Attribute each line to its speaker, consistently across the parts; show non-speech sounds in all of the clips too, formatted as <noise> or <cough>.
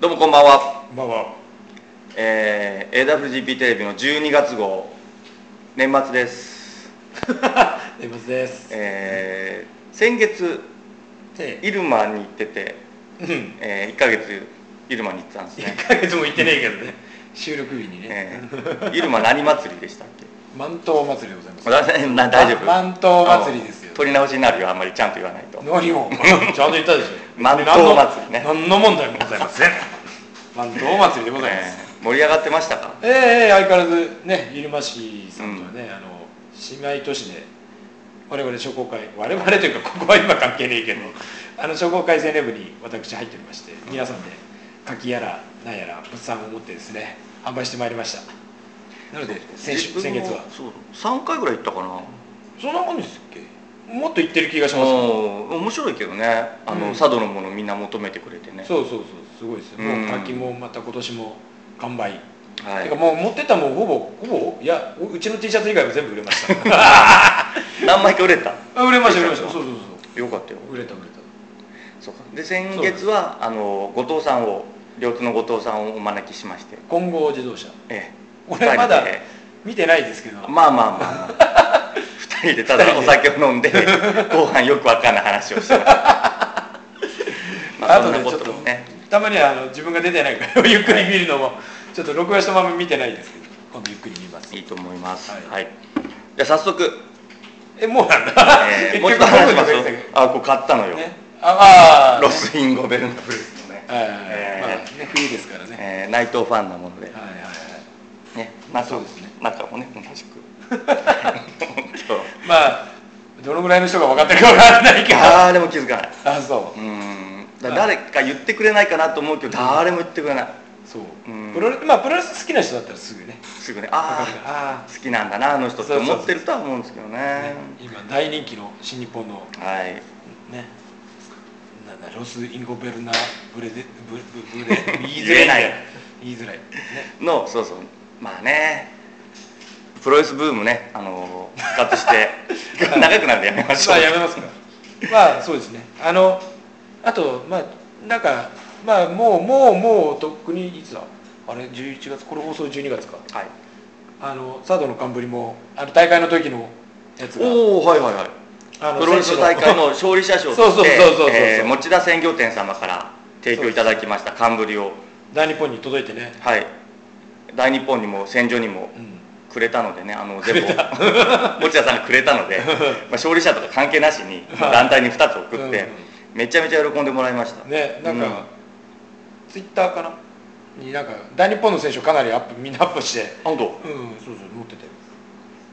Speaker 1: どうもこんばんは、
Speaker 2: まあまあ
Speaker 1: えー、AWGP テレビの12月号年末です、
Speaker 2: デブズです
Speaker 1: えー、先月
Speaker 2: で、
Speaker 1: 入間に行ってて、
Speaker 2: うん、
Speaker 1: えー、1ヶ月入間に行ってたんですね
Speaker 2: 1ヶ月も行ってねえけどね <laughs> 収録日に
Speaker 1: え
Speaker 2: ね、
Speaker 1: ー、入間何祭りでしたっけ <laughs>
Speaker 2: 満島祭りでございます
Speaker 1: 私な大丈夫
Speaker 2: ま満島祭りですよ
Speaker 1: あの取り直しになるよあんまりちゃんと言わないと
Speaker 2: 何をちゃんと言ったでし <laughs> ょ
Speaker 1: 満島祭りね
Speaker 2: 何の何の問題もございま <laughs> せん満島祭りでございます、
Speaker 1: えー盛り上がってましたか
Speaker 2: ええええ相変わらずね入間市さんとはね、あの姉妹都市で我々商工会我々というかここは今関係ねえけどあの商工会青年部に私入っておりまして皆さんで柿やらなんやら物産を持ってですね販売してまいりましたなので先
Speaker 1: 自
Speaker 2: 週
Speaker 1: 分
Speaker 2: 先
Speaker 1: も
Speaker 2: 月は
Speaker 1: そう3回ぐらい行ったかな
Speaker 2: そんなもんですっけもっと行ってる気がします
Speaker 1: うん面白いけどねあの、
Speaker 2: うん
Speaker 1: 佐渡のものみんな求めてくれてね
Speaker 2: そうそうそうすごいですよ
Speaker 1: うん
Speaker 2: もう柿もまた今年も完売
Speaker 1: は
Speaker 2: て
Speaker 1: い
Speaker 2: かもう持ってったもんほぼほぼいやうちの T シャツ以外も全部売れました
Speaker 1: 何枚か売れた
Speaker 2: あ売れました売れまし
Speaker 1: T シャツ
Speaker 2: た
Speaker 1: は
Speaker 2: そうそうそう
Speaker 1: よかったよ
Speaker 2: 売れた売れた
Speaker 1: そうかで先月はあの後藤さんを両津の後藤さんをお招きしまして
Speaker 2: 金剛自動車
Speaker 1: ええ
Speaker 2: 俺ま
Speaker 1: 二
Speaker 2: だ
Speaker 1: 人で
Speaker 2: 見てないですけど
Speaker 1: まあまあまあまあ
Speaker 2: <laughs>
Speaker 1: 二人でただお酒を飲んで後半よくわかんない話をして
Speaker 2: <laughs>
Speaker 1: ましたまあそん
Speaker 2: 後
Speaker 1: な
Speaker 2: でち
Speaker 1: こ
Speaker 2: ょっと
Speaker 1: ともね
Speaker 2: たまにはあの自分が出てないから <laughs> ゆっくり見るのもちょっと録画したまま見てないですけど今度ゆっくり見ます
Speaker 1: いいと思いますは
Speaker 2: はいい、
Speaker 1: じゃあ早速、
Speaker 2: えもうなんだ、
Speaker 1: えー
Speaker 2: <laughs> 結
Speaker 1: もうちょっ
Speaker 2: 局
Speaker 1: と話しま
Speaker 2: 僕
Speaker 1: す
Speaker 2: のとこ行って
Speaker 1: あこれ買ったのよ、
Speaker 2: たねああー
Speaker 1: ロスインゴベルナブルスのね、
Speaker 2: はいはいはい、
Speaker 1: えー
Speaker 2: まあね冬ですからね、
Speaker 1: えー、内藤ファンなもので、
Speaker 2: はいはいはい
Speaker 1: ね、中
Speaker 2: そうですね
Speaker 1: 中もね同
Speaker 2: <laughs>
Speaker 1: じく
Speaker 2: まあどのぐらいの人が分かってるか分からないけどあ
Speaker 1: ああでも気づかない
Speaker 2: <laughs> そうう
Speaker 1: ーんだ誰か言ってくれないかなと思うけど誰も言ってくれない
Speaker 2: そう、
Speaker 1: うん
Speaker 2: プロレまあプロレス好きな人だったらすぐね
Speaker 1: すぐね
Speaker 2: 分
Speaker 1: あ
Speaker 2: かる
Speaker 1: あ
Speaker 2: ああ
Speaker 1: 好きなんだなあの人って
Speaker 2: そうそうそう
Speaker 1: 思ってるとは思うんですけどね
Speaker 2: ね今大人気の新日本の
Speaker 1: はい
Speaker 2: ね、なんだロス・インゴベルナブレでブブブレ
Speaker 1: <laughs>
Speaker 2: 言い
Speaker 1: 言え
Speaker 2: づ
Speaker 1: な
Speaker 2: ら
Speaker 1: い
Speaker 2: い言い
Speaker 1: <laughs>
Speaker 2: づらい、ね、
Speaker 1: のそうそうまあねプロレスブームねあのー復活して
Speaker 2: <laughs>
Speaker 1: 長くなるんでやめましょ
Speaker 2: ま
Speaker 1: う
Speaker 2: あやめますかまあそうですねあのあとまあなんかまあもうもうもうとっくにいつだあれ11月これ放送12月か
Speaker 1: はい、
Speaker 2: あの佐渡の冠もあの大会の時のやつが
Speaker 1: おおはいはいはい
Speaker 2: あの
Speaker 1: プロレス大会の勝利者賞とし
Speaker 2: そうそうそうそうそう
Speaker 1: てえー持田鮮魚店様から提供いただきました冠を
Speaker 2: 大日本に届いてね、
Speaker 1: はい大日本にも戦場にも
Speaker 2: うん、
Speaker 1: くれたのでねあの全部 <laughs> 持田さんがくれたので、まあ、勝利者とか関係なしに
Speaker 2: はい
Speaker 1: 団体に2つ送っ
Speaker 2: うんう
Speaker 1: てめちゃめちゃ喜んでもらいました
Speaker 2: ねなんか、
Speaker 1: う
Speaker 2: ツイッターかなになんか大日本の選手をかなりアップみんなアップして
Speaker 1: 本当
Speaker 2: うんそうそう持ってたよ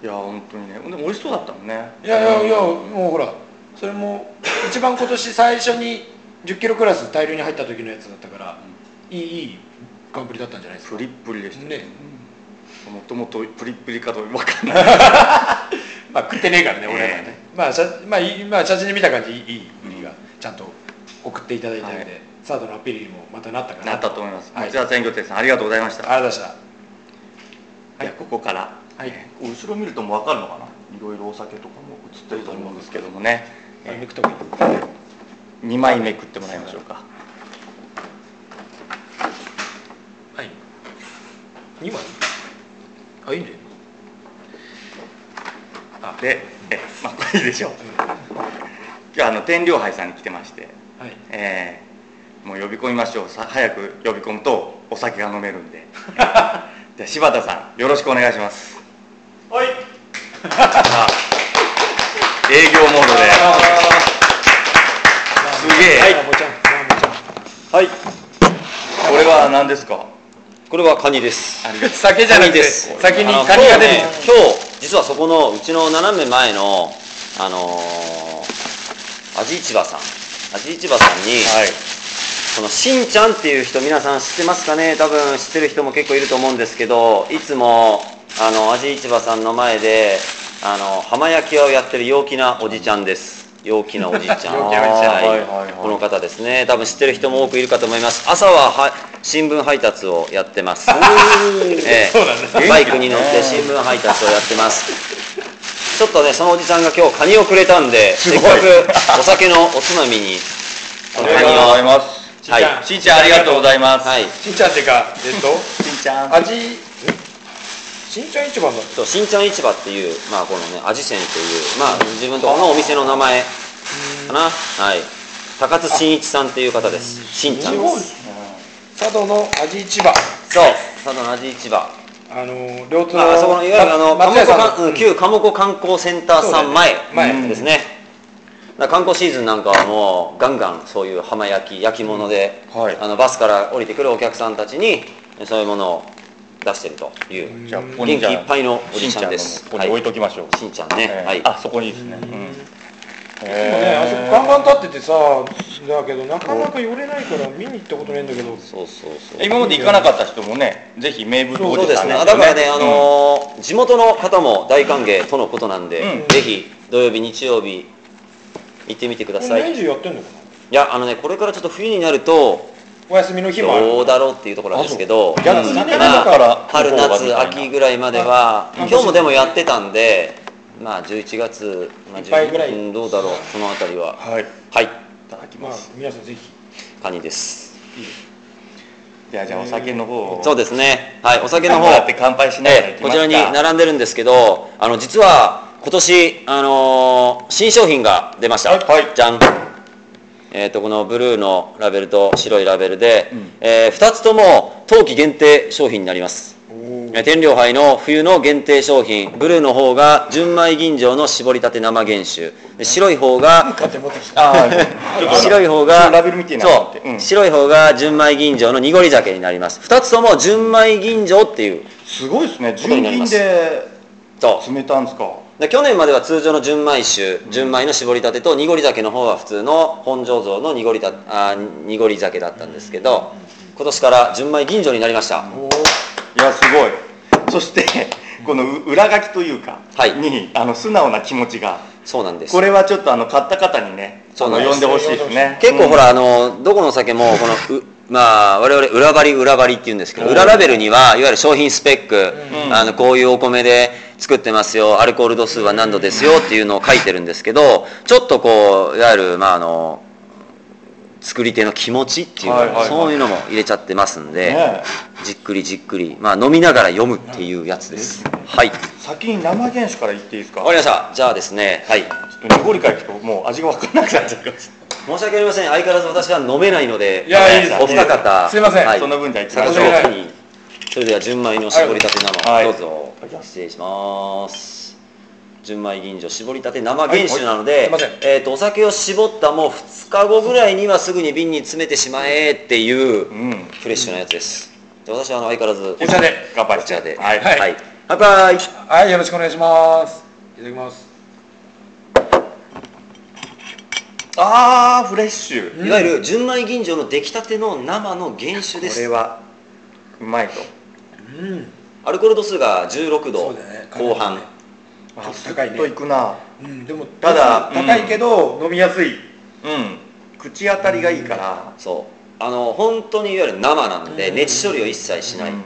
Speaker 1: いや本当にねでも美味しそうだったもんね
Speaker 2: いやいやいや
Speaker 1: うん
Speaker 2: もうほらそれも一番今年最初に1 0キロクラス大量に入った時のやつだったからいいいいガンプリだったんじゃないです
Speaker 1: プ
Speaker 2: か
Speaker 1: リップリでした
Speaker 2: ね
Speaker 1: もともとプリップリかと分かんない
Speaker 2: まあ食ってねえからね俺ら
Speaker 1: え
Speaker 2: はねまあ写まあいいまあ写真で見た感じいいいい売りがちゃんと送っていただいたので、
Speaker 1: はい
Speaker 2: サードのアピールにもまたなったかな
Speaker 1: なったと思います
Speaker 2: はい、あ
Speaker 1: 持
Speaker 2: りが
Speaker 1: 田鮮魚店さんありがとうございました
Speaker 2: とうございました
Speaker 1: はい、ここから、
Speaker 2: はい
Speaker 1: えー後ろ見るともう分かるのかないろいろお酒とかも映ってると思うんですけどもね、
Speaker 2: あめ
Speaker 1: え
Speaker 2: くとこ
Speaker 1: ー、2枚目食ってもらいましょうか
Speaker 2: はい。二枚。あ、いいんだよ。あ、
Speaker 1: で、えーまあこれいいでしょう今日あの天領杯さんに来てまして、
Speaker 2: はい。
Speaker 1: えーもう呼び込みましょうさ早く呼び込むとお酒が飲めるん
Speaker 3: <laughs>
Speaker 1: でじゃあ柴田さんよろしくお願いします
Speaker 2: はい。
Speaker 1: さあ営業モードですげえ
Speaker 2: はい。ラボちゃん、ラボち
Speaker 3: はい、
Speaker 1: でこれは何ですか
Speaker 3: これはカニです。
Speaker 1: あり
Speaker 2: ゃ
Speaker 1: が
Speaker 2: ん。
Speaker 1: とう
Speaker 2: 酒じゃなくて、先にカニが出る。
Speaker 3: あの今日ね今日実はそこのうちの斜め前のあのーアジ市場さん、アジ市場さんに、
Speaker 1: はい
Speaker 3: このしんちゃんっていう人皆さん知ってますかね。多分知ってる人も結構いると思うんですけど、いつもあのアジ市場さんの前であの浜焼き屋をやってる陽気なおじちゃんです。陽気なおじちゃん。
Speaker 2: 陽気なおじちゃん
Speaker 3: はい
Speaker 1: はいはいはい
Speaker 3: この方ですね。多分知ってる人も多くいるかと思います。朝はは新聞配達をやってます、え
Speaker 2: そうなんです
Speaker 1: ね
Speaker 3: え、バイクに乗って新聞配達をやってますちょっとねそのおじさんが今日カニをくれたんでせ
Speaker 1: ごい
Speaker 3: っかくお酒のおつまみに
Speaker 1: あ
Speaker 3: この
Speaker 1: り
Speaker 3: カ
Speaker 1: が
Speaker 3: ニ
Speaker 1: とうござい
Speaker 3: を
Speaker 1: ます
Speaker 2: ちんちゃん
Speaker 1: しんちゃんありがとうございます
Speaker 3: はい
Speaker 2: しんちゃんっていうかえっと
Speaker 1: しんちゃん
Speaker 2: 味えしんちゃん市場の
Speaker 3: と新ちゃん市場っていうまあこのね味仙っていうまあ自分とこのお店の名前かなはい高津真一さんっていう方です新ちゃん
Speaker 2: 日
Speaker 3: で
Speaker 2: 本
Speaker 3: す
Speaker 2: 佐渡の味市場
Speaker 3: そう佐渡の味市場
Speaker 2: あの両
Speaker 3: まあ、あそこのいわゆるあの、
Speaker 2: 松
Speaker 3: 鴨
Speaker 2: 屋
Speaker 3: 子
Speaker 2: さん
Speaker 3: かんうん旧鴨子観光センターさん前
Speaker 2: そうだよね前
Speaker 3: ですね、だから観光シーズンなんかはもうガンガンそういう浜焼き焼き物で、
Speaker 1: うんはい
Speaker 3: あのバスから降りてくるお客さんたちにそういうものを出してるという
Speaker 1: じゃあここ
Speaker 3: 元
Speaker 1: に
Speaker 3: 気
Speaker 1: じゃあ
Speaker 3: いっぱいのお
Speaker 1: し
Speaker 3: じ
Speaker 1: んち
Speaker 3: さ
Speaker 1: ゃ
Speaker 3: ん
Speaker 1: んで
Speaker 3: ですす
Speaker 1: ここに置いときましょう、
Speaker 3: しんちゃんね、
Speaker 1: えー
Speaker 3: はい
Speaker 1: あそこにですね、うん
Speaker 2: でもね、あそこ看板立っててさだけどなかなか寄れないから見に行ったことないんだけど
Speaker 3: そうそうそう
Speaker 1: 今まで行かなかった人もねぜひ名物お
Speaker 3: そう
Speaker 1: じ
Speaker 3: で
Speaker 1: さ
Speaker 3: す
Speaker 1: ん
Speaker 3: ね
Speaker 1: なん
Speaker 3: あ
Speaker 1: で
Speaker 3: だ
Speaker 1: すよ
Speaker 3: からね、あのー地元の方も大歓迎とのことなんで、
Speaker 1: うん
Speaker 3: ぜひ土曜日日曜日行ってみてください
Speaker 2: 年中やってんのかない
Speaker 3: やあのねこれからちょっと冬になると
Speaker 2: お休みの日もある
Speaker 3: どうだろうっていうところなんですけど、
Speaker 2: あそう逆
Speaker 1: に
Speaker 3: うん
Speaker 1: ね
Speaker 3: ま
Speaker 1: だから
Speaker 3: あ春夏秋ぐらいまでは
Speaker 2: あ
Speaker 3: 今日もでもやってたんでまあ11月、まあ、
Speaker 2: いっぱいぐらい
Speaker 3: うんどうだろうそのあたりは
Speaker 1: はいい
Speaker 3: はい
Speaker 1: ただき
Speaker 2: ま
Speaker 1: ま
Speaker 2: あ
Speaker 1: す、
Speaker 2: 皆さんぜひ
Speaker 3: カニです
Speaker 1: いやじゃあお酒の方を
Speaker 3: そうですねはいお酒の方
Speaker 1: だって乾杯しながら行
Speaker 3: ええ
Speaker 1: き
Speaker 3: こ
Speaker 1: ます
Speaker 3: ち
Speaker 1: から
Speaker 3: に並んでるんですけどあの実は今年、あのー新商品が出ました、
Speaker 1: はいはい
Speaker 3: じゃんえー、とこのブルーのラベルと白いラベルで、
Speaker 1: うん
Speaker 3: え2つとも冬季限定商品になりますえー天領杯の冬の限定商品ブルーの方が純米吟醸の絞りたて生原酒で白い方が
Speaker 2: 買って持ってきた
Speaker 1: あーちょっと
Speaker 3: <laughs> 白い方が
Speaker 1: ラベル見ていなと思って
Speaker 3: そう、
Speaker 1: うん
Speaker 3: 白い方が純米吟醸の濁り酒になります2つとも純米吟醸っていう
Speaker 1: すごいですね
Speaker 3: こと
Speaker 1: 純
Speaker 3: になり
Speaker 1: 銀
Speaker 3: ます
Speaker 1: で
Speaker 3: と
Speaker 1: 詰めたんですか
Speaker 3: で去年までは通常の純米酒純米の絞りたてと濁り酒の方は普通の本醸造の濁りたあー濁り酒だったんですけど今年から純米吟醸になりました
Speaker 2: お
Speaker 1: いやすごいそしてこのう裏書きというか、
Speaker 3: はい
Speaker 1: にあの素直な気持ちが
Speaker 3: そうなんです
Speaker 1: これはちょっとあの買った方にね
Speaker 3: そう
Speaker 1: あ
Speaker 3: なん
Speaker 1: の
Speaker 3: です
Speaker 1: 呼んでほしいですね
Speaker 3: 結構ほ
Speaker 1: うん
Speaker 3: ら、あのどこの酒もこのうまあ我々裏張り裏張りって言うんですけど
Speaker 1: うん
Speaker 3: 裏ラベルにはいわゆる商品スペック、
Speaker 1: うん
Speaker 3: あのこういうお米で作ってますよアルコール度数は何度ですよっていうのを書いてるんですけどちょっとこういわゆるまああの作り手の気持ちっていうの、
Speaker 1: はいはいはい
Speaker 3: そういうのも入れちゃってますんで、
Speaker 1: ね
Speaker 3: じっくりじっくり、まあ、飲みながら読むっていうやつです、はいわか
Speaker 1: 先に生原酒から言っていいですか
Speaker 3: りましたじゃあですねはい
Speaker 1: ちょっと濁りから聞くともう味が分からなくなっちゃうから
Speaker 3: 申し訳ありません相変わらず私は飲めないので
Speaker 2: いやいいです
Speaker 3: お二方
Speaker 2: すいません
Speaker 1: その分じゃあ行きまし
Speaker 3: 酒
Speaker 1: ょう
Speaker 3: 蒸気にそれでは純米の絞りたて生、
Speaker 1: はい
Speaker 3: どうぞ失礼します純米吟醸絞りたて生原酒なので、
Speaker 2: はいすいま
Speaker 3: えー、とお酒を絞ったもう2日後ぐらいにはすぐに瓶に詰めてしまえっていう
Speaker 1: うん
Speaker 3: フレッシュなやつですで私はあの相変わらず
Speaker 2: お茶で
Speaker 1: 頑張り
Speaker 3: お茶で
Speaker 1: はい、
Speaker 2: はい
Speaker 3: はい、乾杯
Speaker 2: はいよろしくお願いしますいただきます
Speaker 1: あーフレッシュ
Speaker 2: うん
Speaker 3: いわゆる純米吟醸の出来たての生の原酒
Speaker 1: こ
Speaker 3: です
Speaker 1: れはうまいと
Speaker 2: うん
Speaker 3: アルコール度数が16
Speaker 2: そ
Speaker 3: 度
Speaker 2: うだね
Speaker 3: 後半、
Speaker 2: あ高いね
Speaker 1: といくな
Speaker 2: うんでも
Speaker 1: ただ
Speaker 2: 高いけど、飲みやすい
Speaker 1: うん口当たりがいいから、
Speaker 3: そうあの本当にいわゆる生なんで
Speaker 2: うん
Speaker 3: 熱処理を一切しない、
Speaker 1: うん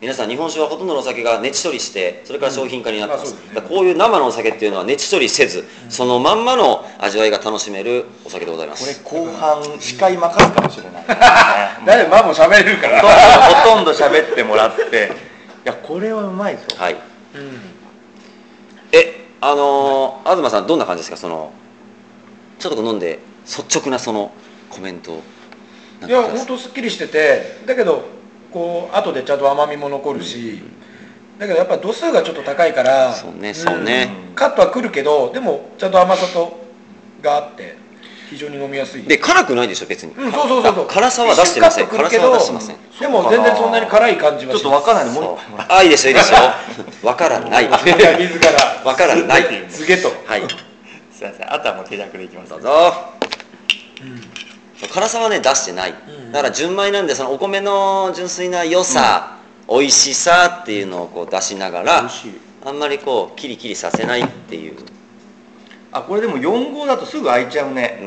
Speaker 3: 皆さん日本酒はほとんどのお酒が熱処理してそれから商品化になってま
Speaker 2: うん
Speaker 3: す,、
Speaker 2: あそうですね
Speaker 3: だからこういう生のお酒っていうのは熱処理せず、
Speaker 2: ん
Speaker 3: そのまんまの味わいが楽しめるお酒でございま
Speaker 1: これ
Speaker 3: す
Speaker 1: 後半司会任すかもしれない、
Speaker 2: だいぶママ喋れるから
Speaker 1: ほとんど喋ってもらっていやこれはうまいぞ
Speaker 3: はい
Speaker 2: うん
Speaker 3: えあのー東さんどんな感じですかそのちょっと飲んで率直なそのコメントをなん
Speaker 2: い
Speaker 3: か
Speaker 2: や
Speaker 3: くださ
Speaker 2: 本当すっきりしててだけどこう後でちゃんと甘みも残るし、だけどやっぱ度数がちょっと高いから
Speaker 3: そうねそうね
Speaker 2: んカットはくるけどでもちゃんと甘さとがあって非常に飲みやすい
Speaker 3: で辛くないでしょ別に、
Speaker 2: うんそうそうそうそう
Speaker 3: か辛さは出してません
Speaker 2: 一瞬カットくる
Speaker 3: 辛
Speaker 2: け
Speaker 3: さ
Speaker 2: ど
Speaker 3: は出してません
Speaker 2: でも全然そんなに辛い感じは
Speaker 1: ちょっとわかんないんでもう一杯もら
Speaker 3: あいいですよいいですよ
Speaker 2: <laughs>
Speaker 3: わからないわ
Speaker 2: 自ら自
Speaker 3: <laughs>
Speaker 2: ら
Speaker 3: からないはい
Speaker 2: すげと、
Speaker 1: うすいませんあとはもう手弱でいきます
Speaker 3: どうぞ
Speaker 2: うん
Speaker 3: 辛さはね出してない、
Speaker 2: うん
Speaker 3: だから純米なんでそのお米の純粋な良さ、美味しさっていうのをこう出しながら
Speaker 1: しい
Speaker 3: あんまりこうキリキリさせないっていう
Speaker 1: あこれでも4号だとすぐ開いちゃうね
Speaker 3: うー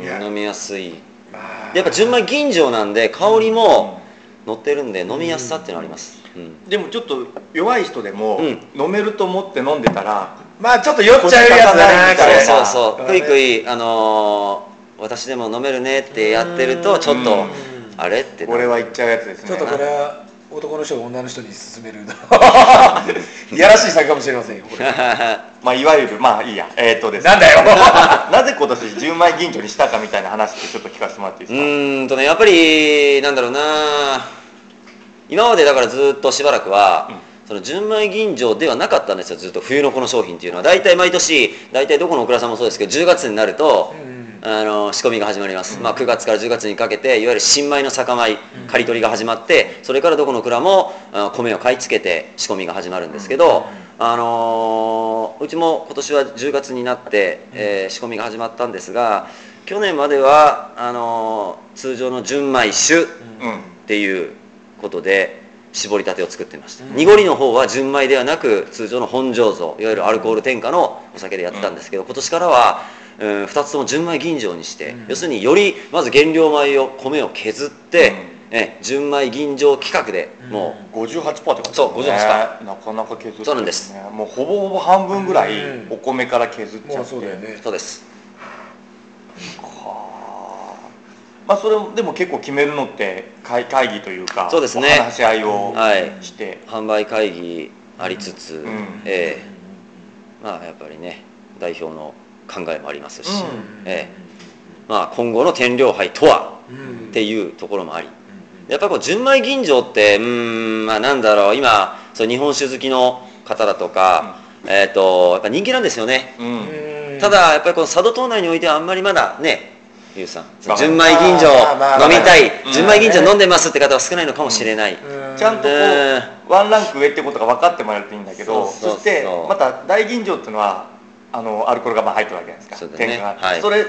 Speaker 3: ん
Speaker 2: いや
Speaker 3: 飲みやすい
Speaker 2: まあ
Speaker 3: やっぱ純米吟醸なんで香りも乗ってるんで飲みやすさっていうのあります、うん
Speaker 1: でもちょっと弱い人でも、
Speaker 3: うん
Speaker 1: 飲めると思って飲んでたらまあちょっと酔っちゃうやつ
Speaker 3: な
Speaker 1: だ
Speaker 3: ん
Speaker 1: な
Speaker 3: か
Speaker 1: これ
Speaker 3: そうそうそう
Speaker 1: こ
Speaker 3: く
Speaker 1: れ
Speaker 3: い
Speaker 1: ね
Speaker 3: くいあのー私でも飲めるねってやってるとちょっと
Speaker 1: うん
Speaker 3: あれってな
Speaker 1: これは言っちゃうやつですね
Speaker 2: ちょっとこれは男の人が女の人 <laughs> に勧めるいやらしい作かもしれません
Speaker 3: <laughs>
Speaker 2: よこれ
Speaker 1: <laughs> まあいわゆるまあいいやえーっとですね
Speaker 2: なんだよ
Speaker 3: <laughs>
Speaker 1: なぜ今年10枚銀魚にしたかみたいな話ってちょっと聞かせてもらっていいうです
Speaker 3: ーんとねやっぱりなんだろうな今までだからずっとしばらくは、その純米吟醸ではなかったんですよずっと冬のこの商品っていうのは大体毎年大体どこのお蔵さんもそうですけど10月になると、
Speaker 2: うん
Speaker 3: あの仕込みが始まります、まあ、9月から10月にかけていわゆる新米の酒米刈り取りが始まってそれからどこの蔵もあ米を買い付けて仕込みが始まるんですけど、あのーうちも今年は10月になって、えー仕込みが始まったんですが去年まではあのー通常の純米酒っ
Speaker 1: かうん
Speaker 3: ていうことで絞りたてを作ってました、
Speaker 2: うん
Speaker 3: 濁りの方は純米ではなく通常の本醸造いわゆるアルコール添加のお酒でやってたんですけど、今年からは、うん、2つとも純米吟醸にして、
Speaker 2: うん
Speaker 3: 要するによりまず原料米を米を削って、え純米吟醸企画でもう、
Speaker 2: うん
Speaker 1: 58%ってことですね
Speaker 3: そう58%
Speaker 1: なかなか削って、ね、
Speaker 3: そうなんです
Speaker 1: もうほぼほぼ半分ぐらい
Speaker 2: うん
Speaker 1: お米から削っちゃって、
Speaker 2: もうそうだよね
Speaker 3: そうです
Speaker 1: はあまあそれもでも結構決めるのって会会議というか
Speaker 3: そうですね
Speaker 1: お話し合いを
Speaker 3: はい
Speaker 1: して、
Speaker 3: 販売会議ありつつ、
Speaker 1: ん
Speaker 3: ええまあやっぱりね代表の考えもありますし、
Speaker 1: うん
Speaker 3: ええまあ今後の天領杯とは
Speaker 2: うん
Speaker 3: っていうところもありやっぱりこう純米吟醸ってうーんまあなんだろう今そう日本酒好きの方だとか、えっ、とやっぱ人気なんですよね、
Speaker 1: うん
Speaker 2: うん
Speaker 3: ただやっぱりこの佐渡島内においてはあんまりまだねゆうさんそ
Speaker 1: ま
Speaker 3: の
Speaker 1: あ
Speaker 3: 純米吟醸
Speaker 2: まあまあまあ
Speaker 3: 飲みたい、
Speaker 1: うん
Speaker 3: 純米吟醸飲んでますって方は少ないのかもしれな
Speaker 2: う
Speaker 3: い、
Speaker 2: ん
Speaker 1: ちゃんとこう、
Speaker 3: うん
Speaker 1: ワンランク上ってことが分かってもらえるといいんだけど
Speaker 3: そうそうそう
Speaker 1: そしてまた大吟醸っていうのはあのアルコールがまあ入ってるわけじゃないですか
Speaker 3: そうだね
Speaker 1: 添加が、
Speaker 3: はい
Speaker 1: それ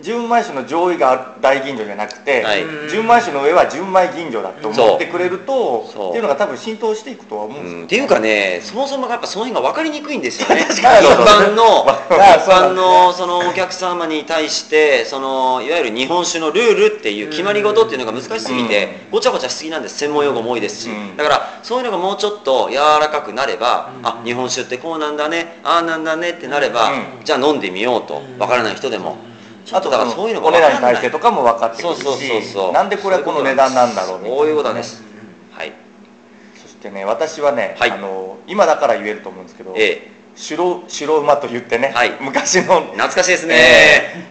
Speaker 1: 純米酒の上位が大吟醸じゃなくて、
Speaker 3: はい
Speaker 1: 純米酒の上は純米吟醸だと思ってくれると
Speaker 3: そうそう
Speaker 1: っていうのが多分浸透していくとは思うんですよ、
Speaker 3: うんっていうかね、そもそもやっぱその辺が分かりにくいんです
Speaker 1: <laughs>
Speaker 3: よね。一
Speaker 1: かに
Speaker 3: 般の、
Speaker 1: あそうな
Speaker 3: 一般
Speaker 1: んですね
Speaker 3: のそのお客様に対して、そのいわゆる日本酒のルールっていう決まり事っていうのが難しすぎて、ごちゃごちゃしすぎなんです。専門用語も多いですし
Speaker 1: うん、
Speaker 3: だからそういうのがもうちょっと柔らかくなれば、
Speaker 2: うん
Speaker 3: あ、日本酒ってこうなんだね、ああなんだねってなれば、
Speaker 1: う
Speaker 3: じゃあ飲んでみようと
Speaker 2: うん、
Speaker 3: 分からない人でも。ちょっとだからそういうのが
Speaker 1: お値
Speaker 3: 分
Speaker 1: 段
Speaker 3: か
Speaker 1: に
Speaker 3: んない
Speaker 1: 対してとかも分かってく
Speaker 3: そ
Speaker 1: る
Speaker 3: う
Speaker 1: し
Speaker 3: そうそうそう。
Speaker 1: なんでこれはこの値段なんだろうみたいな
Speaker 3: そういうことです。はい。
Speaker 1: そしてね私はね、
Speaker 3: はい
Speaker 1: あの今だから言えると思うんですけど、
Speaker 3: え
Speaker 1: 白白馬と言ってね、
Speaker 3: はい
Speaker 1: 昔の
Speaker 3: え、懐かしいですね。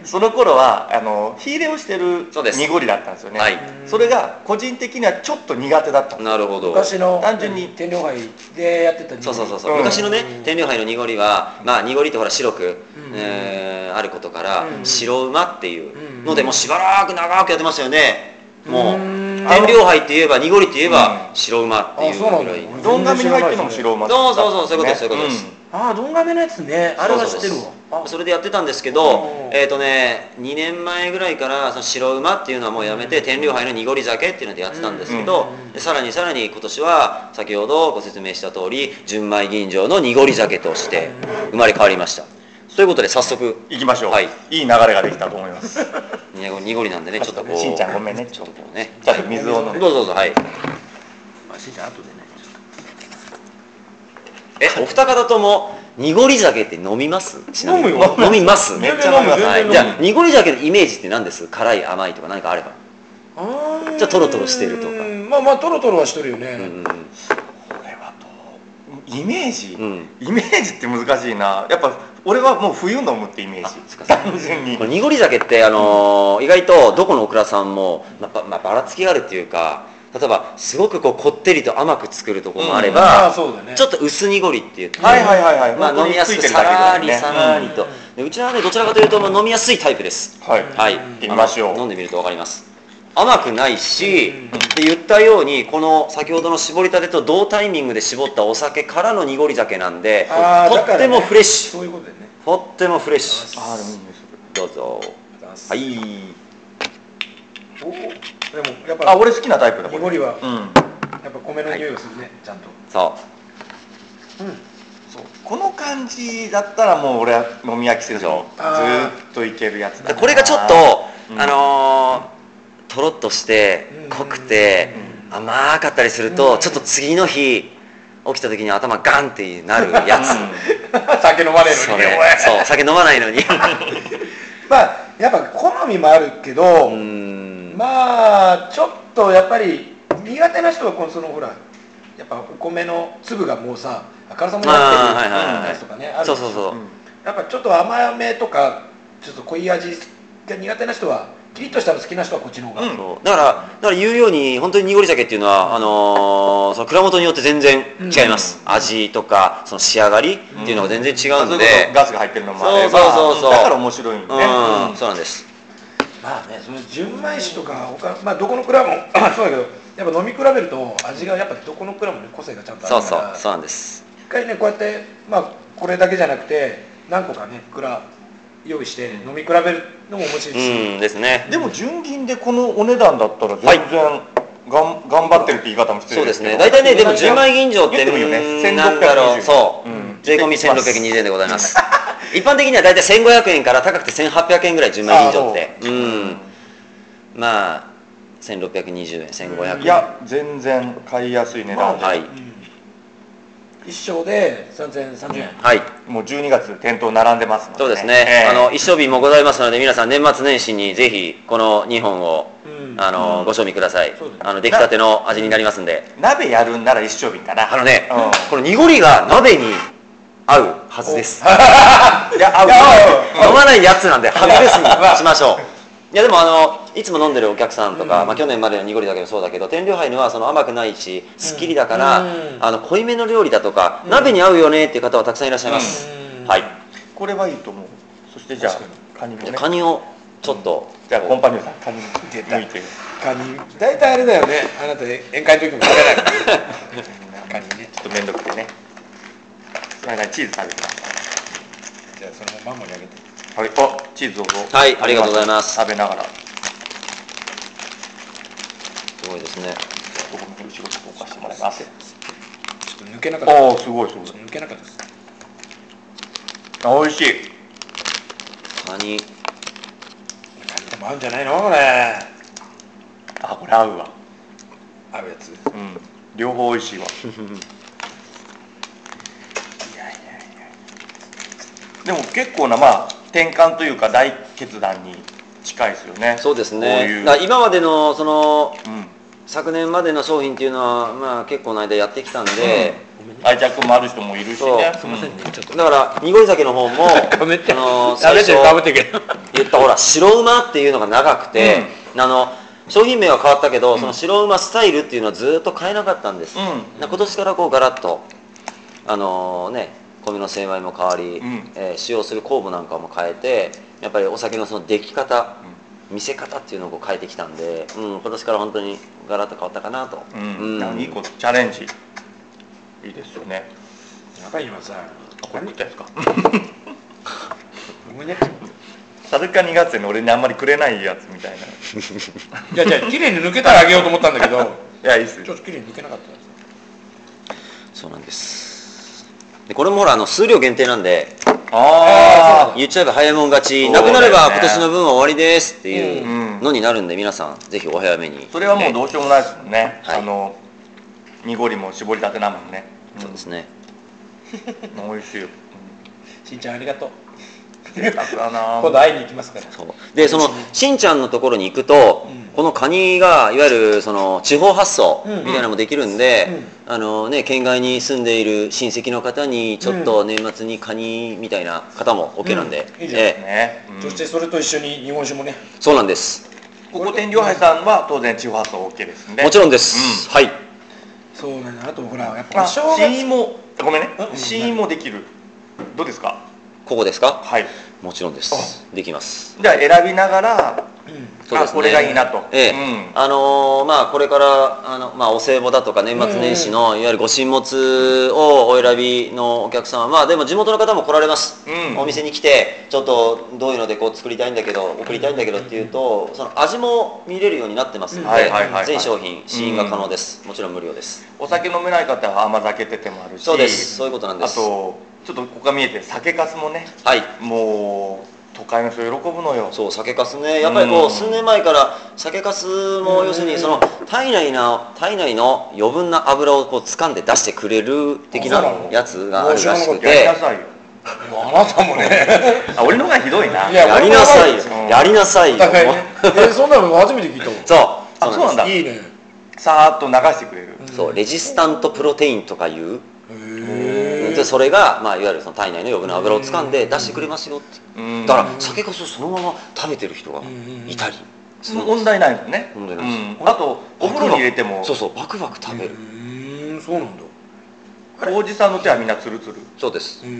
Speaker 1: えーその頃はあの火入れをしてる
Speaker 3: そうです
Speaker 1: 濁りだったんですよね
Speaker 3: はい
Speaker 1: それが個人的にはちょっと苦手だったんです
Speaker 3: なるほど。
Speaker 2: 昔の
Speaker 1: 単純に
Speaker 2: 天領杯でやってた
Speaker 3: そうそうそうそう、
Speaker 1: うん
Speaker 3: 昔のね
Speaker 2: うん
Speaker 3: 天領杯の濁りはまあ濁りってほら白く、
Speaker 2: うん
Speaker 3: えーあることから、
Speaker 2: うん
Speaker 3: 白馬っていうので、
Speaker 2: うん
Speaker 3: もうしばらく長くやってましたよねもう、
Speaker 2: うん
Speaker 3: 天領杯って言えば濁りって言えば、
Speaker 1: うん
Speaker 3: 白馬っていうぐら
Speaker 2: あそ
Speaker 3: い
Speaker 2: うなんだ
Speaker 1: どんがみに入ってるのも白馬
Speaker 3: そうそうそうそういうことですそういうことです
Speaker 2: ああどんがめのやつねあれは知ってる
Speaker 3: そう
Speaker 2: わ
Speaker 3: それでやってたんですけど
Speaker 2: おー
Speaker 3: えっ、とね2年前ぐらいからその白馬っていうのはもうやめて天領杯の濁り酒っていうのでやってたんですけど、
Speaker 2: うん
Speaker 3: でさらにさらに今年は先ほどご説明した通り純米吟醸の濁り酒として生まれ変わりましたということで早速
Speaker 1: いきましょう、
Speaker 3: はい
Speaker 1: い、い流れができたと思います
Speaker 3: 濁りなんでねちょっとこう
Speaker 1: しんちゃんごめんねち
Speaker 3: ち
Speaker 1: ょ
Speaker 3: ょ
Speaker 1: っ
Speaker 3: っ
Speaker 1: と
Speaker 3: とこうね
Speaker 1: ちょっと水を飲んで
Speaker 3: どうぞどうぞはい
Speaker 2: まあしんちゃん後でね
Speaker 3: えお二方とも濁り酒って飲みますちなみに
Speaker 2: 飲むよ
Speaker 3: 飲みます
Speaker 1: めっちゃ飲みます
Speaker 3: はい、
Speaker 1: 全然飲む
Speaker 3: じゃあ濁り酒のイメージって何です辛い甘いとか何かあれば
Speaker 2: あー
Speaker 3: ちょっとトロトロしてるとか
Speaker 2: うんまあまあトロトロはしてるよね
Speaker 3: うん
Speaker 1: これはどうイメージ、
Speaker 3: うん
Speaker 1: イメージって難しいなやっぱ俺はもう冬飲むってイメージ
Speaker 3: あそっかそっか
Speaker 1: 単純に
Speaker 3: これ濁り酒って、あのー意外とどこのオクラさんも、まあばまあばらつきがあるっていうか例えばすごくこうこってりと甘く作るところもあれ
Speaker 2: ああ
Speaker 3: ば、
Speaker 2: そうだね
Speaker 3: ちょっ
Speaker 2: っ
Speaker 3: と薄濁りっていう
Speaker 1: はいはいはいはい、本
Speaker 3: まあ、
Speaker 1: 当
Speaker 3: 飲
Speaker 1: に
Speaker 3: みやすく
Speaker 1: ついて
Speaker 3: さ
Speaker 1: る
Speaker 3: ら
Speaker 1: だけ
Speaker 3: り
Speaker 1: だよね
Speaker 3: さらりとでうちはねどちらかというともう飲みやすいタイプです
Speaker 1: はい、
Speaker 3: はい
Speaker 2: うん
Speaker 1: 行きましょう
Speaker 3: あの飲んでみると分かります甘くないし、
Speaker 2: うん
Speaker 3: で言ったようにこの先ほどの絞りたてと同タイミングで絞ったお酒からの濁り酒なんで
Speaker 2: あー
Speaker 3: と
Speaker 2: だから
Speaker 3: っ
Speaker 2: ね
Speaker 3: てもフレッシュ、
Speaker 2: そういうことだよね
Speaker 3: とってもフレッシ
Speaker 1: あーでもいい匂いする
Speaker 3: ュどうぞ
Speaker 2: は
Speaker 3: はい
Speaker 2: おーでもやっぱ
Speaker 1: あ俺好きなタイプだこれ
Speaker 2: 濁りは
Speaker 1: うん
Speaker 2: やっぱ米の匂いがするねちゃんと
Speaker 3: そう
Speaker 1: そうこの感じだったらもう俺は飲み飽きせる
Speaker 3: そう
Speaker 1: ぞずーっといけるやつだ
Speaker 3: これがちょっと、
Speaker 1: うん
Speaker 3: あのーとろっとして
Speaker 2: うん
Speaker 3: 濃くて甘かったりする
Speaker 2: う
Speaker 3: と
Speaker 2: ん
Speaker 3: ちょっと次の日起きた時に頭ガンってなるやつ、
Speaker 2: <laughs> 酒飲まれる
Speaker 3: そ
Speaker 2: のに
Speaker 3: れ
Speaker 2: おい
Speaker 3: そう酒飲まな
Speaker 2: <laughs>
Speaker 3: いのにう
Speaker 2: まあやっぱ好みもあるけど、
Speaker 3: ん
Speaker 2: まあちょっとやっぱり苦手な人はこのそのほらやっぱお米の粒がもうさあからさまに
Speaker 3: まあは
Speaker 2: なって
Speaker 3: いはい
Speaker 2: る
Speaker 3: はい
Speaker 2: やつとかねある
Speaker 3: そうそうそう、
Speaker 2: やっぱちょっと甘めとかちょっと濃い味が苦手な人はキリッとしたの好きな人はこっちの方が、
Speaker 1: うん
Speaker 3: そうだからだから言うように本当に濁り酒っていうのは、あのーその蔵元によって全然違います、
Speaker 1: うん
Speaker 3: 味とかその仕上がりっていうのが全然違う
Speaker 1: それこ
Speaker 3: ので
Speaker 1: そ、ガスが入ってるのもあれば
Speaker 3: そうそうそうそう
Speaker 1: だから面白いんでね、
Speaker 3: うん、そうなんです
Speaker 2: まあねその純米酒とか他、まあ、どこの蔵も <clears throat> そうだけどやっぱ飲み比べると味がやっぱどこの蔵も、ね、個性がちゃんとあ
Speaker 3: そう
Speaker 2: るか
Speaker 3: そう
Speaker 2: ら
Speaker 3: そうなんです
Speaker 2: 一回ねこうやってまあこれだけじゃなくて何個かね蔵用意して飲み比べるのも面白いし、
Speaker 3: うんですね
Speaker 1: でも純銀でこのお値段だったら全然がん、頑張ってるって言い方もして
Speaker 3: そう
Speaker 1: る
Speaker 3: ですね大体ねでも10枚銀錠っ
Speaker 1: 言
Speaker 3: て
Speaker 1: ってもいいよね
Speaker 3: うんなんだろう
Speaker 1: 1620
Speaker 3: そう、
Speaker 1: うん
Speaker 3: 税込み1620円でございます <laughs> 一般的には大体1500円から高くて1800円ぐらい10枚銀錠ってう
Speaker 1: うん
Speaker 3: んまあ1620円1500円
Speaker 1: いや全然買いやすい値
Speaker 2: まあ
Speaker 1: 段
Speaker 2: ね
Speaker 1: で、
Speaker 3: はい
Speaker 2: 一升で3030円
Speaker 3: はい
Speaker 1: もう12月店頭並んでますので
Speaker 3: そうですね、
Speaker 1: ええ
Speaker 3: あの一生日もございますので皆さん年末年始にぜひこの2本を、
Speaker 2: うん
Speaker 3: あの
Speaker 1: うん
Speaker 3: ご賞味ください、
Speaker 2: そうですね
Speaker 3: あの出来たての味になりますんで
Speaker 1: 鍋やるんなら一升瓶かな
Speaker 3: あのね、
Speaker 1: うん
Speaker 3: この濁りが鍋に合うはずで
Speaker 1: い
Speaker 3: す
Speaker 1: や合う
Speaker 2: いや
Speaker 1: 合
Speaker 3: 飲まないやつなんで、ハグレスにしましょう。いやでもあのいつも飲んでるお客さんとか、まあ、去年までの濁りだけどそうだけど天領杯のはその甘くないしすっきりだから、
Speaker 2: うん
Speaker 3: あの濃いめの料理だとか、鍋に合うよねっていう方はたくさんいらっしゃいます、
Speaker 2: うん
Speaker 3: はい
Speaker 1: うんこれはいいと思うそしてじゃ
Speaker 2: 確か
Speaker 1: あカニも
Speaker 3: じゃ
Speaker 1: ね
Speaker 3: あカニをちょっと、
Speaker 1: じゃあコンパニオンさんカニ出た向いてる
Speaker 2: カニ大体あれだよねあなた宴会の時も食べない <laughs> カニね
Speaker 1: ちょっと面倒くてねその間にチーズ食べてます
Speaker 2: じゃあそのまま盛り上げて
Speaker 1: はいあチーズを
Speaker 3: はいありがとうございます
Speaker 1: 食べながら
Speaker 3: すごいですね
Speaker 1: ここに後ろ動かしてもらいます
Speaker 2: ちょっと抜けなかった
Speaker 1: ああすごいすごい
Speaker 2: 抜けなかったです
Speaker 1: あ美味しい
Speaker 3: カニ
Speaker 2: カニでも合うんじゃないのこれ
Speaker 1: あこれ合うわ
Speaker 2: 合うやつ
Speaker 1: うん両方美味しいわでも結構なまあ転換というか大決断に近いですよね
Speaker 3: そうです
Speaker 1: こうい
Speaker 3: ね
Speaker 1: う
Speaker 3: だから今までのその
Speaker 1: うん、
Speaker 3: 昨年までの商品っていうのは、まあ、結構の間やってきたんで、
Speaker 2: ごめんね
Speaker 1: 愛着もある人もいるしね
Speaker 3: そう
Speaker 2: すいませんねちょっと
Speaker 3: だから濁り酒の方も
Speaker 2: かぶって
Speaker 3: あの
Speaker 2: 食べてる
Speaker 3: 最初
Speaker 2: かぶってるけど
Speaker 3: 言ったほら白馬っていうのが長くて、あの商品名は変わったけど、その白馬スタイルっていうのはずっと変えなかったんです、
Speaker 1: うん
Speaker 3: な今年からこうガラッとあのね米の精米も変わり、
Speaker 1: うん
Speaker 3: えー使用する酵母なんかも変えてやっぱりお酒のその出来方、見せ方っていうのをこう変えてきたんで、うん、今年から本当にガラッと変わったかなと、
Speaker 1: うん、う、
Speaker 3: うんん
Speaker 1: なんかいいことチャレンジいいですよね
Speaker 2: 中にはさ
Speaker 1: あこれ食ったやつか
Speaker 2: <laughs> ごめんね
Speaker 1: 佐々木が苦手なの俺にあんまりくれないやつみたいない
Speaker 2: いやじゃあ綺麗に抜けたらあげようと思ったんだけど
Speaker 1: やいいっす
Speaker 2: ちょっと綺麗に抜けなかったです
Speaker 3: <laughs> そうなんですでこれもほらあの数量限定なんで
Speaker 1: あ
Speaker 3: 言っちゃえば早いもん勝ち、
Speaker 1: そうだ
Speaker 3: な
Speaker 1: よ
Speaker 3: く
Speaker 1: ね
Speaker 3: なれば今年の分は終わりですってい
Speaker 1: うん
Speaker 3: うのになるんで、皆さん、ぜひお早めに。
Speaker 1: それはもうどうしようもないですもんね、
Speaker 3: はい
Speaker 1: あの濁りも絞りたてなもんね、うん
Speaker 3: そうですね。
Speaker 1: 美味しいよ
Speaker 2: しんちゃんありがとう
Speaker 1: 贅沢だなぁ
Speaker 2: <laughs> 今度会いに行きますから
Speaker 3: そうで、その、しんちゃんのところに行くと、
Speaker 2: うん
Speaker 3: このカニが、いわゆる、その、地方発送
Speaker 2: うん
Speaker 3: みたいなのもできるんで、あのね、県外に住んでいる親戚の方に、ちょっと年末にカニみたいな方も OK なんで、
Speaker 2: うんいいじゃない
Speaker 3: ええ
Speaker 1: ね、うん
Speaker 2: そしてそれと一緒に日本酒もね
Speaker 3: そうなんです。
Speaker 1: ここ天領杯さんは当然地方発送 OK ですんで
Speaker 3: もちろんです。はい。
Speaker 2: そうなのあとほらやっ
Speaker 1: ま
Speaker 2: ぱ
Speaker 1: あ
Speaker 2: お
Speaker 1: 試
Speaker 2: 正月
Speaker 1: 飲もごめんね
Speaker 2: うん
Speaker 1: 試飲もできるどうですか
Speaker 3: ここですか
Speaker 1: はい
Speaker 3: もちろんです。できます。
Speaker 1: じゃあ選びながら
Speaker 2: うん
Speaker 3: そうですね
Speaker 1: あこれがいいなと
Speaker 3: ええ
Speaker 1: うん
Speaker 3: あのーまあ、これからあの、まあ、お歳暮だとか年末年始の、いわゆるご神物をお選びのお客さんは、まあ、でも地元の方も来られます、
Speaker 1: うん
Speaker 3: お店に来てちょっとどういうのでこう作りたいんだけど送りたいんだけどっていうとその味も見れるようになってますので、
Speaker 1: はいはいはいはい
Speaker 3: 全商品試飲が可能です、もちろん無料です
Speaker 1: お酒飲めない方は甘酒って手もあるし
Speaker 3: そうですそういうことなんで
Speaker 1: あ
Speaker 3: す
Speaker 1: とちょっとここが見えてる酒粕もね
Speaker 3: はい
Speaker 1: もう都会の人喜ぶのよ
Speaker 3: そう酒かすねやっぱりこう、
Speaker 1: うん
Speaker 3: 数年前から酒かすも要するにその体内の体内の余分な油をこう掴んで出してくれる的な
Speaker 2: あそうなの
Speaker 3: やつがあるらしく
Speaker 1: やり
Speaker 3: て
Speaker 1: なさいよ
Speaker 2: もうあなたも <laughs> ね
Speaker 1: あ俺の方がひどいない
Speaker 3: やりなさいよ
Speaker 1: うん
Speaker 3: やりなさい
Speaker 2: お
Speaker 3: よ
Speaker 2: 互いねえそんなの初めて聞いたもん
Speaker 3: そう
Speaker 1: あそうなんだ
Speaker 2: いいね
Speaker 1: さーっと流してくれる
Speaker 3: そうレジスタントプロテインとかいう
Speaker 2: へ
Speaker 3: でそれが、まあ、いわゆるその体内の余分な油を掴んで出してくれますよって
Speaker 1: うん
Speaker 3: だから酒かすをそのまま食べてる人がいたりするんです
Speaker 1: 問題ないもんね
Speaker 3: 問題ないです
Speaker 1: うんあとお風呂に入れても
Speaker 3: そうそうバクバク食べる
Speaker 2: うんそうなんだ
Speaker 1: おじさんの手はみんなツルツル
Speaker 3: そうです
Speaker 2: う
Speaker 1: うん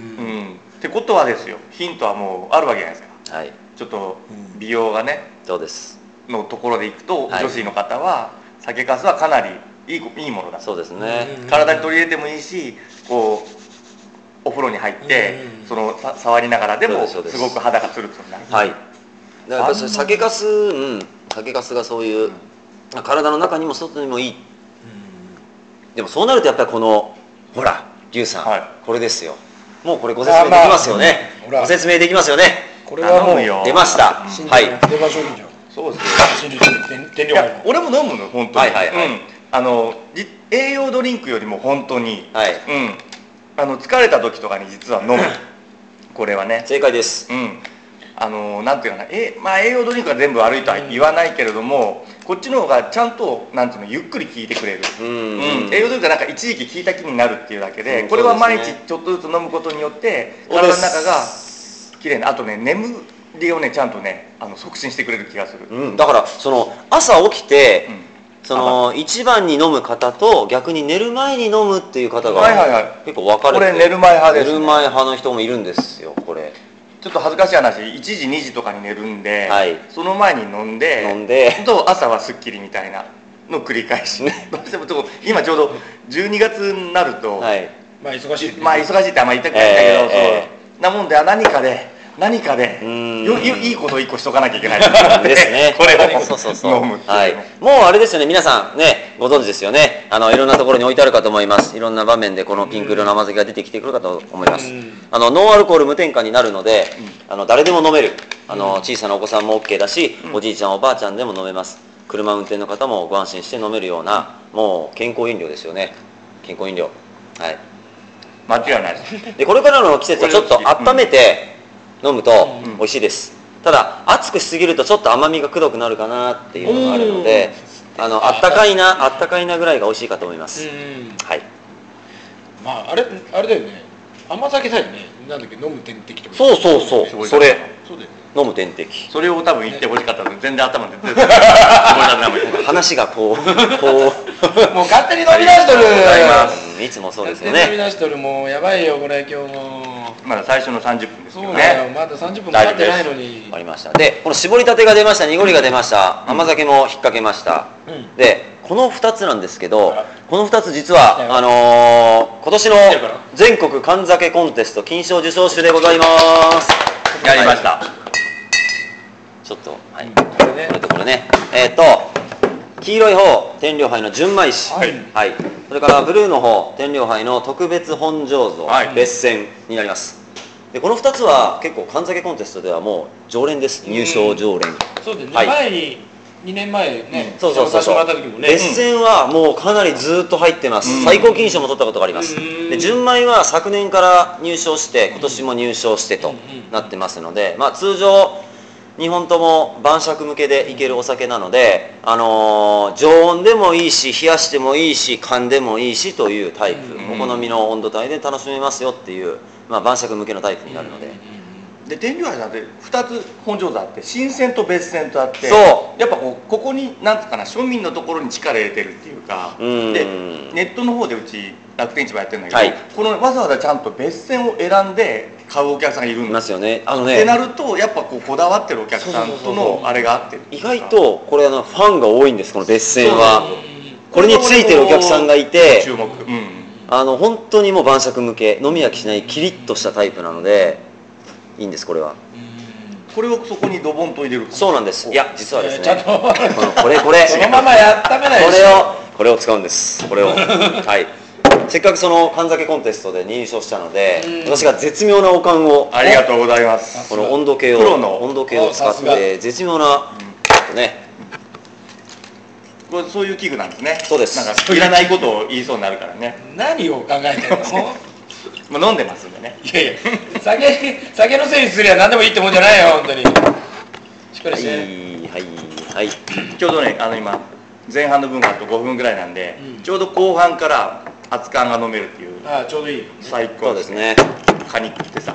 Speaker 1: んってことはですよヒントはもうあるわけじゃないですか
Speaker 3: はい
Speaker 1: ちょっと
Speaker 2: うん
Speaker 1: 美容がね
Speaker 3: そうです
Speaker 1: のところでいくと、
Speaker 3: はい
Speaker 1: 女子の方は酒粕はかなりいいこいいものだ
Speaker 3: そうですね
Speaker 2: うん
Speaker 1: 体に取り入れてもいいしこうお風呂に入って、
Speaker 2: うん
Speaker 1: そのさ触りながらでも
Speaker 3: そ
Speaker 1: す
Speaker 3: うですそうです
Speaker 1: ごく肌がツルツルになる、
Speaker 3: はいだからやっぱりそれ酒かすうん酒かすがそういう体の中にも外にもいいでもそうなるとやっぱりこのほら龍さん、
Speaker 1: はい
Speaker 3: これですよもうこれご説明できますよね
Speaker 2: あ、まあほら
Speaker 3: ご説明できますよね
Speaker 2: これはも
Speaker 1: 頼
Speaker 2: う
Speaker 1: むよ
Speaker 3: 出ました、
Speaker 1: うん
Speaker 2: 新
Speaker 3: はい
Speaker 2: 宿の出場所 <laughs> 以上
Speaker 1: そうです
Speaker 2: 新宿の天天
Speaker 1: い
Speaker 2: 領杯
Speaker 1: や
Speaker 2: の
Speaker 1: 俺も飲むの本当に、
Speaker 3: はいはいはい
Speaker 1: うん、あのじ栄養ドリンクよりも本当に、
Speaker 3: はい
Speaker 1: うん、あの疲れた時とかに実は
Speaker 3: <laughs>
Speaker 1: 飲むこれはね
Speaker 3: 正解です
Speaker 1: うん、あのなんていうかな、えまあ、栄養ドリンクは全部悪いとは言わないけれども、こっちの方がちゃんとなんていうのゆっくり効いてくれる、
Speaker 3: うん
Speaker 1: うん栄養ドリンクはなんか一時期効いた気になるっていうだけで、
Speaker 3: うん
Speaker 1: これは毎
Speaker 3: そう
Speaker 1: 日
Speaker 3: ですね
Speaker 1: ちょっとずつ飲むことによって
Speaker 3: そうで
Speaker 1: 体の
Speaker 3: す
Speaker 1: 中が綺麗なあとね眠りをねちゃんとねあの促進してくれる気がする、
Speaker 3: うん、だからその朝起きて、
Speaker 1: うん
Speaker 3: その一番に飲む方と逆に寝る前に飲むっていう方が
Speaker 1: はいはいはい
Speaker 3: 結構分かれて、
Speaker 1: これ寝る前派ですね
Speaker 3: 寝る前派の人もいるんですよこれ
Speaker 1: ちょっと恥ずかしい話1時2時とかに寝るんで、
Speaker 3: はい
Speaker 1: その前に飲んで
Speaker 3: 飲んで
Speaker 1: と朝はすっきりみたいなの繰り返し、 <laughs> どうしてもちょっと今ちょうど12月になると、
Speaker 3: はい
Speaker 2: まあ忙しいね
Speaker 1: まあ忙しいってあんまり言いたくないんだけど、
Speaker 3: えーえ
Speaker 1: そうなもんであ何かで何かで
Speaker 3: うん
Speaker 1: よよいいことを一個しとかなきゃいけない <laughs>
Speaker 3: ですね
Speaker 1: これを
Speaker 3: そうそうそう
Speaker 1: 飲むっていうね
Speaker 3: はい、もうあれですよね皆さんねご存知ですよねあのいろんなところに置いてあるかと思いますいろんな場面でこのピンク色の甘酒が出てきてくるかと思います
Speaker 2: うん
Speaker 3: あのノンアルコール無添加になるので、あの誰でも飲めるあの小さなお子さんも OK だし、おじいちゃんおばあちゃんでも飲めます車運転の方もご安心して飲めるような、もう健康飲料ですよね健康飲料はい
Speaker 1: 間違いないです
Speaker 3: でこれからの季節はちょっと温めて飲むと
Speaker 1: うん
Speaker 3: 美味しいです、ただ熱くしすぎるとちょっと甘みがくどくなるかなっていうのがあるのであのあったかいなあったかいなぐらいが美味しいかと思います、
Speaker 2: うん
Speaker 3: はい
Speaker 2: まああれあれだよね甘酒だよねなんだっけ飲む点滴とか
Speaker 3: そうそうそうそれ
Speaker 2: そうだよね
Speaker 3: 飲む点滴
Speaker 1: それを多分言ってほしかったのに全然頭で出てこなかった
Speaker 3: <laughs> 話がこう
Speaker 2: も
Speaker 3: こ
Speaker 2: う勝手に飲み出しとる
Speaker 1: ありがとうございます
Speaker 3: う、うんいつもそうですよ
Speaker 2: 勝手に飲み
Speaker 3: ね
Speaker 2: 出しとるもうやばいよこれ今日も
Speaker 1: <laughs> まだ最初の30分ですけ
Speaker 2: そ
Speaker 1: ど
Speaker 2: うだよ
Speaker 1: ね
Speaker 2: まだ30分も経ってないの
Speaker 3: わ
Speaker 2: に
Speaker 3: かりましたでこの絞りたてが出ました濁りが出ました甘酒も引っ掛けました、
Speaker 2: うん
Speaker 3: でこの2つなんですけど
Speaker 2: あ
Speaker 3: この2つ実
Speaker 2: 来た
Speaker 3: は
Speaker 2: よ
Speaker 3: あのー今年の
Speaker 2: てるから
Speaker 3: 全国缶酒コンテスト金賞受賞酒でございます
Speaker 1: やりました、
Speaker 3: ちょっとはい、
Speaker 2: うん
Speaker 3: こ
Speaker 2: これね
Speaker 3: れとこれねえっ、と黄色い方天領杯の純米酒
Speaker 2: はい
Speaker 3: はい、それからブルーの方天領杯の特別本醸造、
Speaker 1: はい
Speaker 3: 別選になりますでこの2つは結構缶酒コンテストではもう常連です入賞常連、
Speaker 2: そうだよね
Speaker 3: はい
Speaker 2: 前に2年前ね
Speaker 3: そうそうそ
Speaker 2: 参加し
Speaker 3: う
Speaker 2: て
Speaker 3: そう
Speaker 2: もらった時もね
Speaker 3: 熱戦はもうかなりずっと入ってます、
Speaker 1: うん
Speaker 3: 最高金賞も取ったことがあります、
Speaker 2: うん
Speaker 3: で純米は昨年から入賞して今年も入賞してと
Speaker 2: うん
Speaker 3: なってますので、まあ、通常日本とも晩酌向けでいけるお酒なので、あのー常温でもいいし冷やしてもいいし噛んでもいいしというタイプ、
Speaker 1: うん
Speaker 3: お好みの温度帯で楽しめますよっていう、まあ、晩酌向けのタイプになるので、
Speaker 1: で天竜杯なんて2つ本醸造あって新鮮と別鮮とあって
Speaker 3: そ
Speaker 1: やっぱこうここになんつうかな庶民のところに力入れてるっていうか
Speaker 3: うん
Speaker 1: でネットの方でうち楽天市場やってるんだけど、
Speaker 3: はい
Speaker 1: このわざわざちゃんと別鮮を選んで買うお客さんがいる
Speaker 3: い
Speaker 1: ん
Speaker 3: ま
Speaker 1: です
Speaker 3: よねあの
Speaker 1: って
Speaker 3: ね
Speaker 1: なるとやっぱこうこだわってるお客さん
Speaker 3: そ
Speaker 1: と
Speaker 3: うそうそうそ
Speaker 1: の
Speaker 3: う
Speaker 1: あれがあって
Speaker 3: 意外とこれあのファンが多いんですこの別戦は。
Speaker 1: そうなんですよ
Speaker 3: これについてるお客さんがいて
Speaker 1: 注目、うん
Speaker 3: あの本当にもう晩酌向け飲み飽きしないキリッとしたタイプなのでいいんですこれは
Speaker 1: これをそこにドボンと入れる
Speaker 3: そうなんですいや実はです
Speaker 2: ちゃん
Speaker 3: ね
Speaker 2: と
Speaker 3: このこれこれ
Speaker 2: そのままやっためない
Speaker 3: こ
Speaker 2: でし
Speaker 3: れをこれを使うんですこれをはいせっかくその神崎コンテストで入賞したので、
Speaker 2: うん
Speaker 3: 私が絶妙なおかんを
Speaker 1: ありがとうございます
Speaker 3: この温度計を
Speaker 1: プロの
Speaker 3: 温度計を使
Speaker 2: あ
Speaker 3: っ
Speaker 2: さすが
Speaker 3: て絶妙な、ね
Speaker 1: これそういう器具なんですね
Speaker 3: そうです
Speaker 1: なんかいらないことを言いそうになるからね、
Speaker 2: 何を考えてるの
Speaker 3: <laughs>
Speaker 1: まあ、飲んでますんでね
Speaker 2: いやいや酒酒のせいにすりゃ何でもいいってもんじゃないよ本当にしっかり
Speaker 3: は
Speaker 2: し
Speaker 3: い
Speaker 2: て、
Speaker 3: はいはい
Speaker 1: ちょうどねあの今前半の分があと5分ぐらいなんで、
Speaker 2: うん
Speaker 1: ちょうど後半から熱燗が飲めるっていう
Speaker 2: ああちょうどいい
Speaker 1: 最
Speaker 3: そ
Speaker 1: 高
Speaker 3: うですね
Speaker 1: カニ食ってさ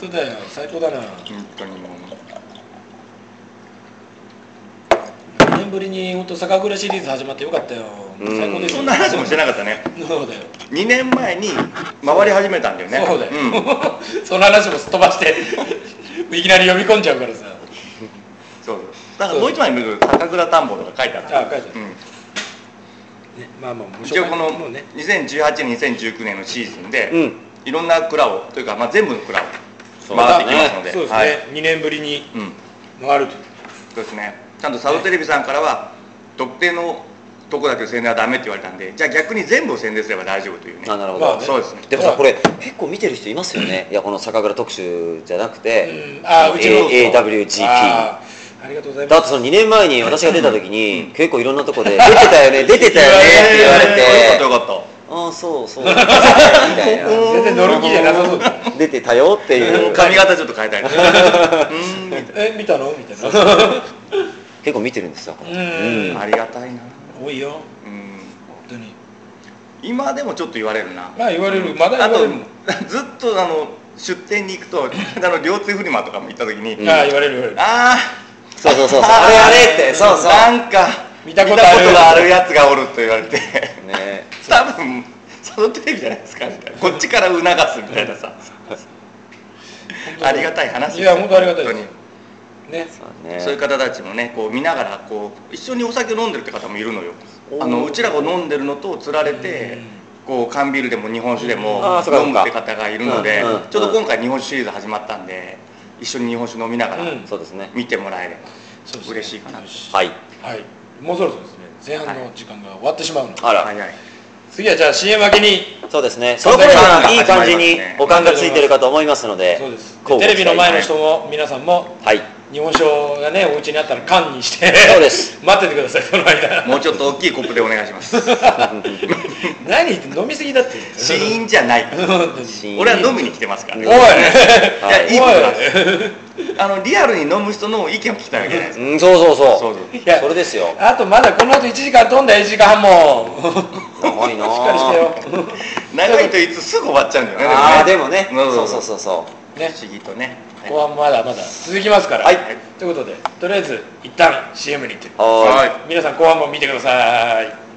Speaker 2: 本当だよ最高だな
Speaker 1: 本当にもう
Speaker 2: 2年ぶりに本当酒蔵シリーズ始まってよかったよ
Speaker 3: うん
Speaker 2: 最高ですよ
Speaker 1: そんな話もしてなかったね
Speaker 2: そうだよ
Speaker 1: 2年前に回り始めたんだよね
Speaker 2: そうだよ、
Speaker 1: ん
Speaker 2: <laughs> その話もすっ飛ばしていきなり呼び込んじゃうからさ
Speaker 1: そうだからもう一枚見ると酒蔵田んぼとか書いてあった
Speaker 2: あ書いてある
Speaker 1: うん
Speaker 2: ね、まあまあもう
Speaker 1: 一応この
Speaker 2: もうね
Speaker 1: 20182019年のシーズンで、
Speaker 3: うん
Speaker 1: いろんな蔵をというか、まあ、全部の蔵を
Speaker 3: そうだ
Speaker 1: 回っ
Speaker 3: ね
Speaker 1: てきますので
Speaker 2: そうですね、
Speaker 1: はい
Speaker 2: 2年ぶりに
Speaker 1: うん、
Speaker 2: 回ると
Speaker 1: そうですねちゃんとサウテレビさんからは、特定のとこだけの宣伝はダメって言われたんでじゃあ逆に全部を宣伝すれば大丈夫というね
Speaker 3: あなるほ
Speaker 2: まあ
Speaker 3: ど、
Speaker 2: ね
Speaker 1: そうですね
Speaker 3: でもさ
Speaker 2: まあ
Speaker 3: これ結構見てる人いますよね、いやこの酒蔵特集じゃなくて、
Speaker 2: うんあうちの
Speaker 3: AAWGP
Speaker 2: あーありがとうござい
Speaker 3: だ
Speaker 2: ま
Speaker 3: って
Speaker 2: す
Speaker 3: その2年前に私が出た時に、結構いろんなとこで「出てたよね出てたよね」って言われ
Speaker 1: えー
Speaker 3: て
Speaker 1: よかったよかっ
Speaker 3: 「ああそうそう」みたいな
Speaker 2: 全然乗る気じゃなさそうだ
Speaker 3: 出てたよって
Speaker 1: た
Speaker 3: いう
Speaker 1: うん髪型ちょっと変えたりうーんみ
Speaker 2: え見たのみたいな
Speaker 3: 結構見てるんですよ、
Speaker 2: う
Speaker 3: う
Speaker 1: た
Speaker 3: ん
Speaker 1: い
Speaker 3: ん
Speaker 1: なありがたいな
Speaker 2: <laughs> 多いよ
Speaker 1: うん
Speaker 2: 本当に
Speaker 1: 今でもちょっと言われるな
Speaker 2: まあ言われるまだ言
Speaker 1: あ
Speaker 2: われ
Speaker 1: と
Speaker 2: るもんあ
Speaker 1: ずっとあの出店に行くと <laughs> あの両津フリマとかも行った時に、
Speaker 3: うん
Speaker 2: あ言われる言われる
Speaker 1: あ
Speaker 3: そうそうそうそう
Speaker 1: あ
Speaker 3: あれあれってそうそう
Speaker 1: <laughs> なんか
Speaker 2: 見たことある
Speaker 1: があるやつがおると言われ
Speaker 2: <laughs>
Speaker 1: て
Speaker 3: ね
Speaker 1: 多分サドテレビじゃないですかみたいなこっちから促すみたいなさ
Speaker 2: 本当
Speaker 1: ありがたい話です
Speaker 2: いや本当ありがたいです
Speaker 1: 本
Speaker 2: ね
Speaker 3: そう
Speaker 1: 当
Speaker 3: ね
Speaker 1: にそういう方たちもねこう見ながらこう一緒にお酒飲んでるって方もいるのよ
Speaker 3: おー
Speaker 1: あのうちらが飲んでるのとつられて
Speaker 2: うん
Speaker 1: こう缶ビールでも日本酒でも
Speaker 3: あーそうか
Speaker 1: 飲
Speaker 3: そう
Speaker 1: む
Speaker 3: か
Speaker 1: って方がいるので
Speaker 3: うんうん
Speaker 1: ちょうど今回日本酒シリーズ始まったんで一緒に日本酒飲みながら
Speaker 2: うん
Speaker 3: そうですね
Speaker 1: 見てもらえれば
Speaker 2: そうですね
Speaker 1: 嬉しいかな
Speaker 2: よし
Speaker 3: はい
Speaker 2: はいもうそろそろですね前半の時間が終わってしまうので
Speaker 3: あら、
Speaker 1: はいはい
Speaker 2: 次はじゃあ CM 明けに
Speaker 3: そうですねその頃にはいい感じにおかんがついてるかと思いますので
Speaker 2: そうですで
Speaker 3: こう
Speaker 2: テレビの前の人も皆さんも
Speaker 3: はい
Speaker 2: 日本酒がねお家にあったら缶にして
Speaker 3: そうです
Speaker 2: 待っててくださいその
Speaker 3: <laughs>
Speaker 2: 間
Speaker 1: もうちょっと大きいコップでお願いします
Speaker 2: 何言って飲みすぎだって
Speaker 1: 死因じゃない
Speaker 2: 本当に
Speaker 3: シーン
Speaker 1: 俺は飲みに来てますから
Speaker 2: おい
Speaker 1: やいいことなんです
Speaker 2: おい
Speaker 1: あのリアルに飲む人の意見を聞きたいわけじゃないですか
Speaker 3: うんそうそうそう
Speaker 1: そうそう
Speaker 2: いや
Speaker 3: それですよ
Speaker 2: あとまだこの後1時間飛んだよ1時間半も
Speaker 3: 長いな
Speaker 2: しっかりしてよ
Speaker 3: <laughs>
Speaker 1: 長いといつすぐ終わっちゃうんだよね
Speaker 3: ああでもね
Speaker 1: うん
Speaker 3: そうそうそうそ
Speaker 1: ね不思議とね
Speaker 2: 後半もまだまだ続きますから
Speaker 3: はい
Speaker 2: ということでとりあえず一旦 CM に行って
Speaker 3: うはーい
Speaker 1: はい
Speaker 2: 皆さん後半も見てください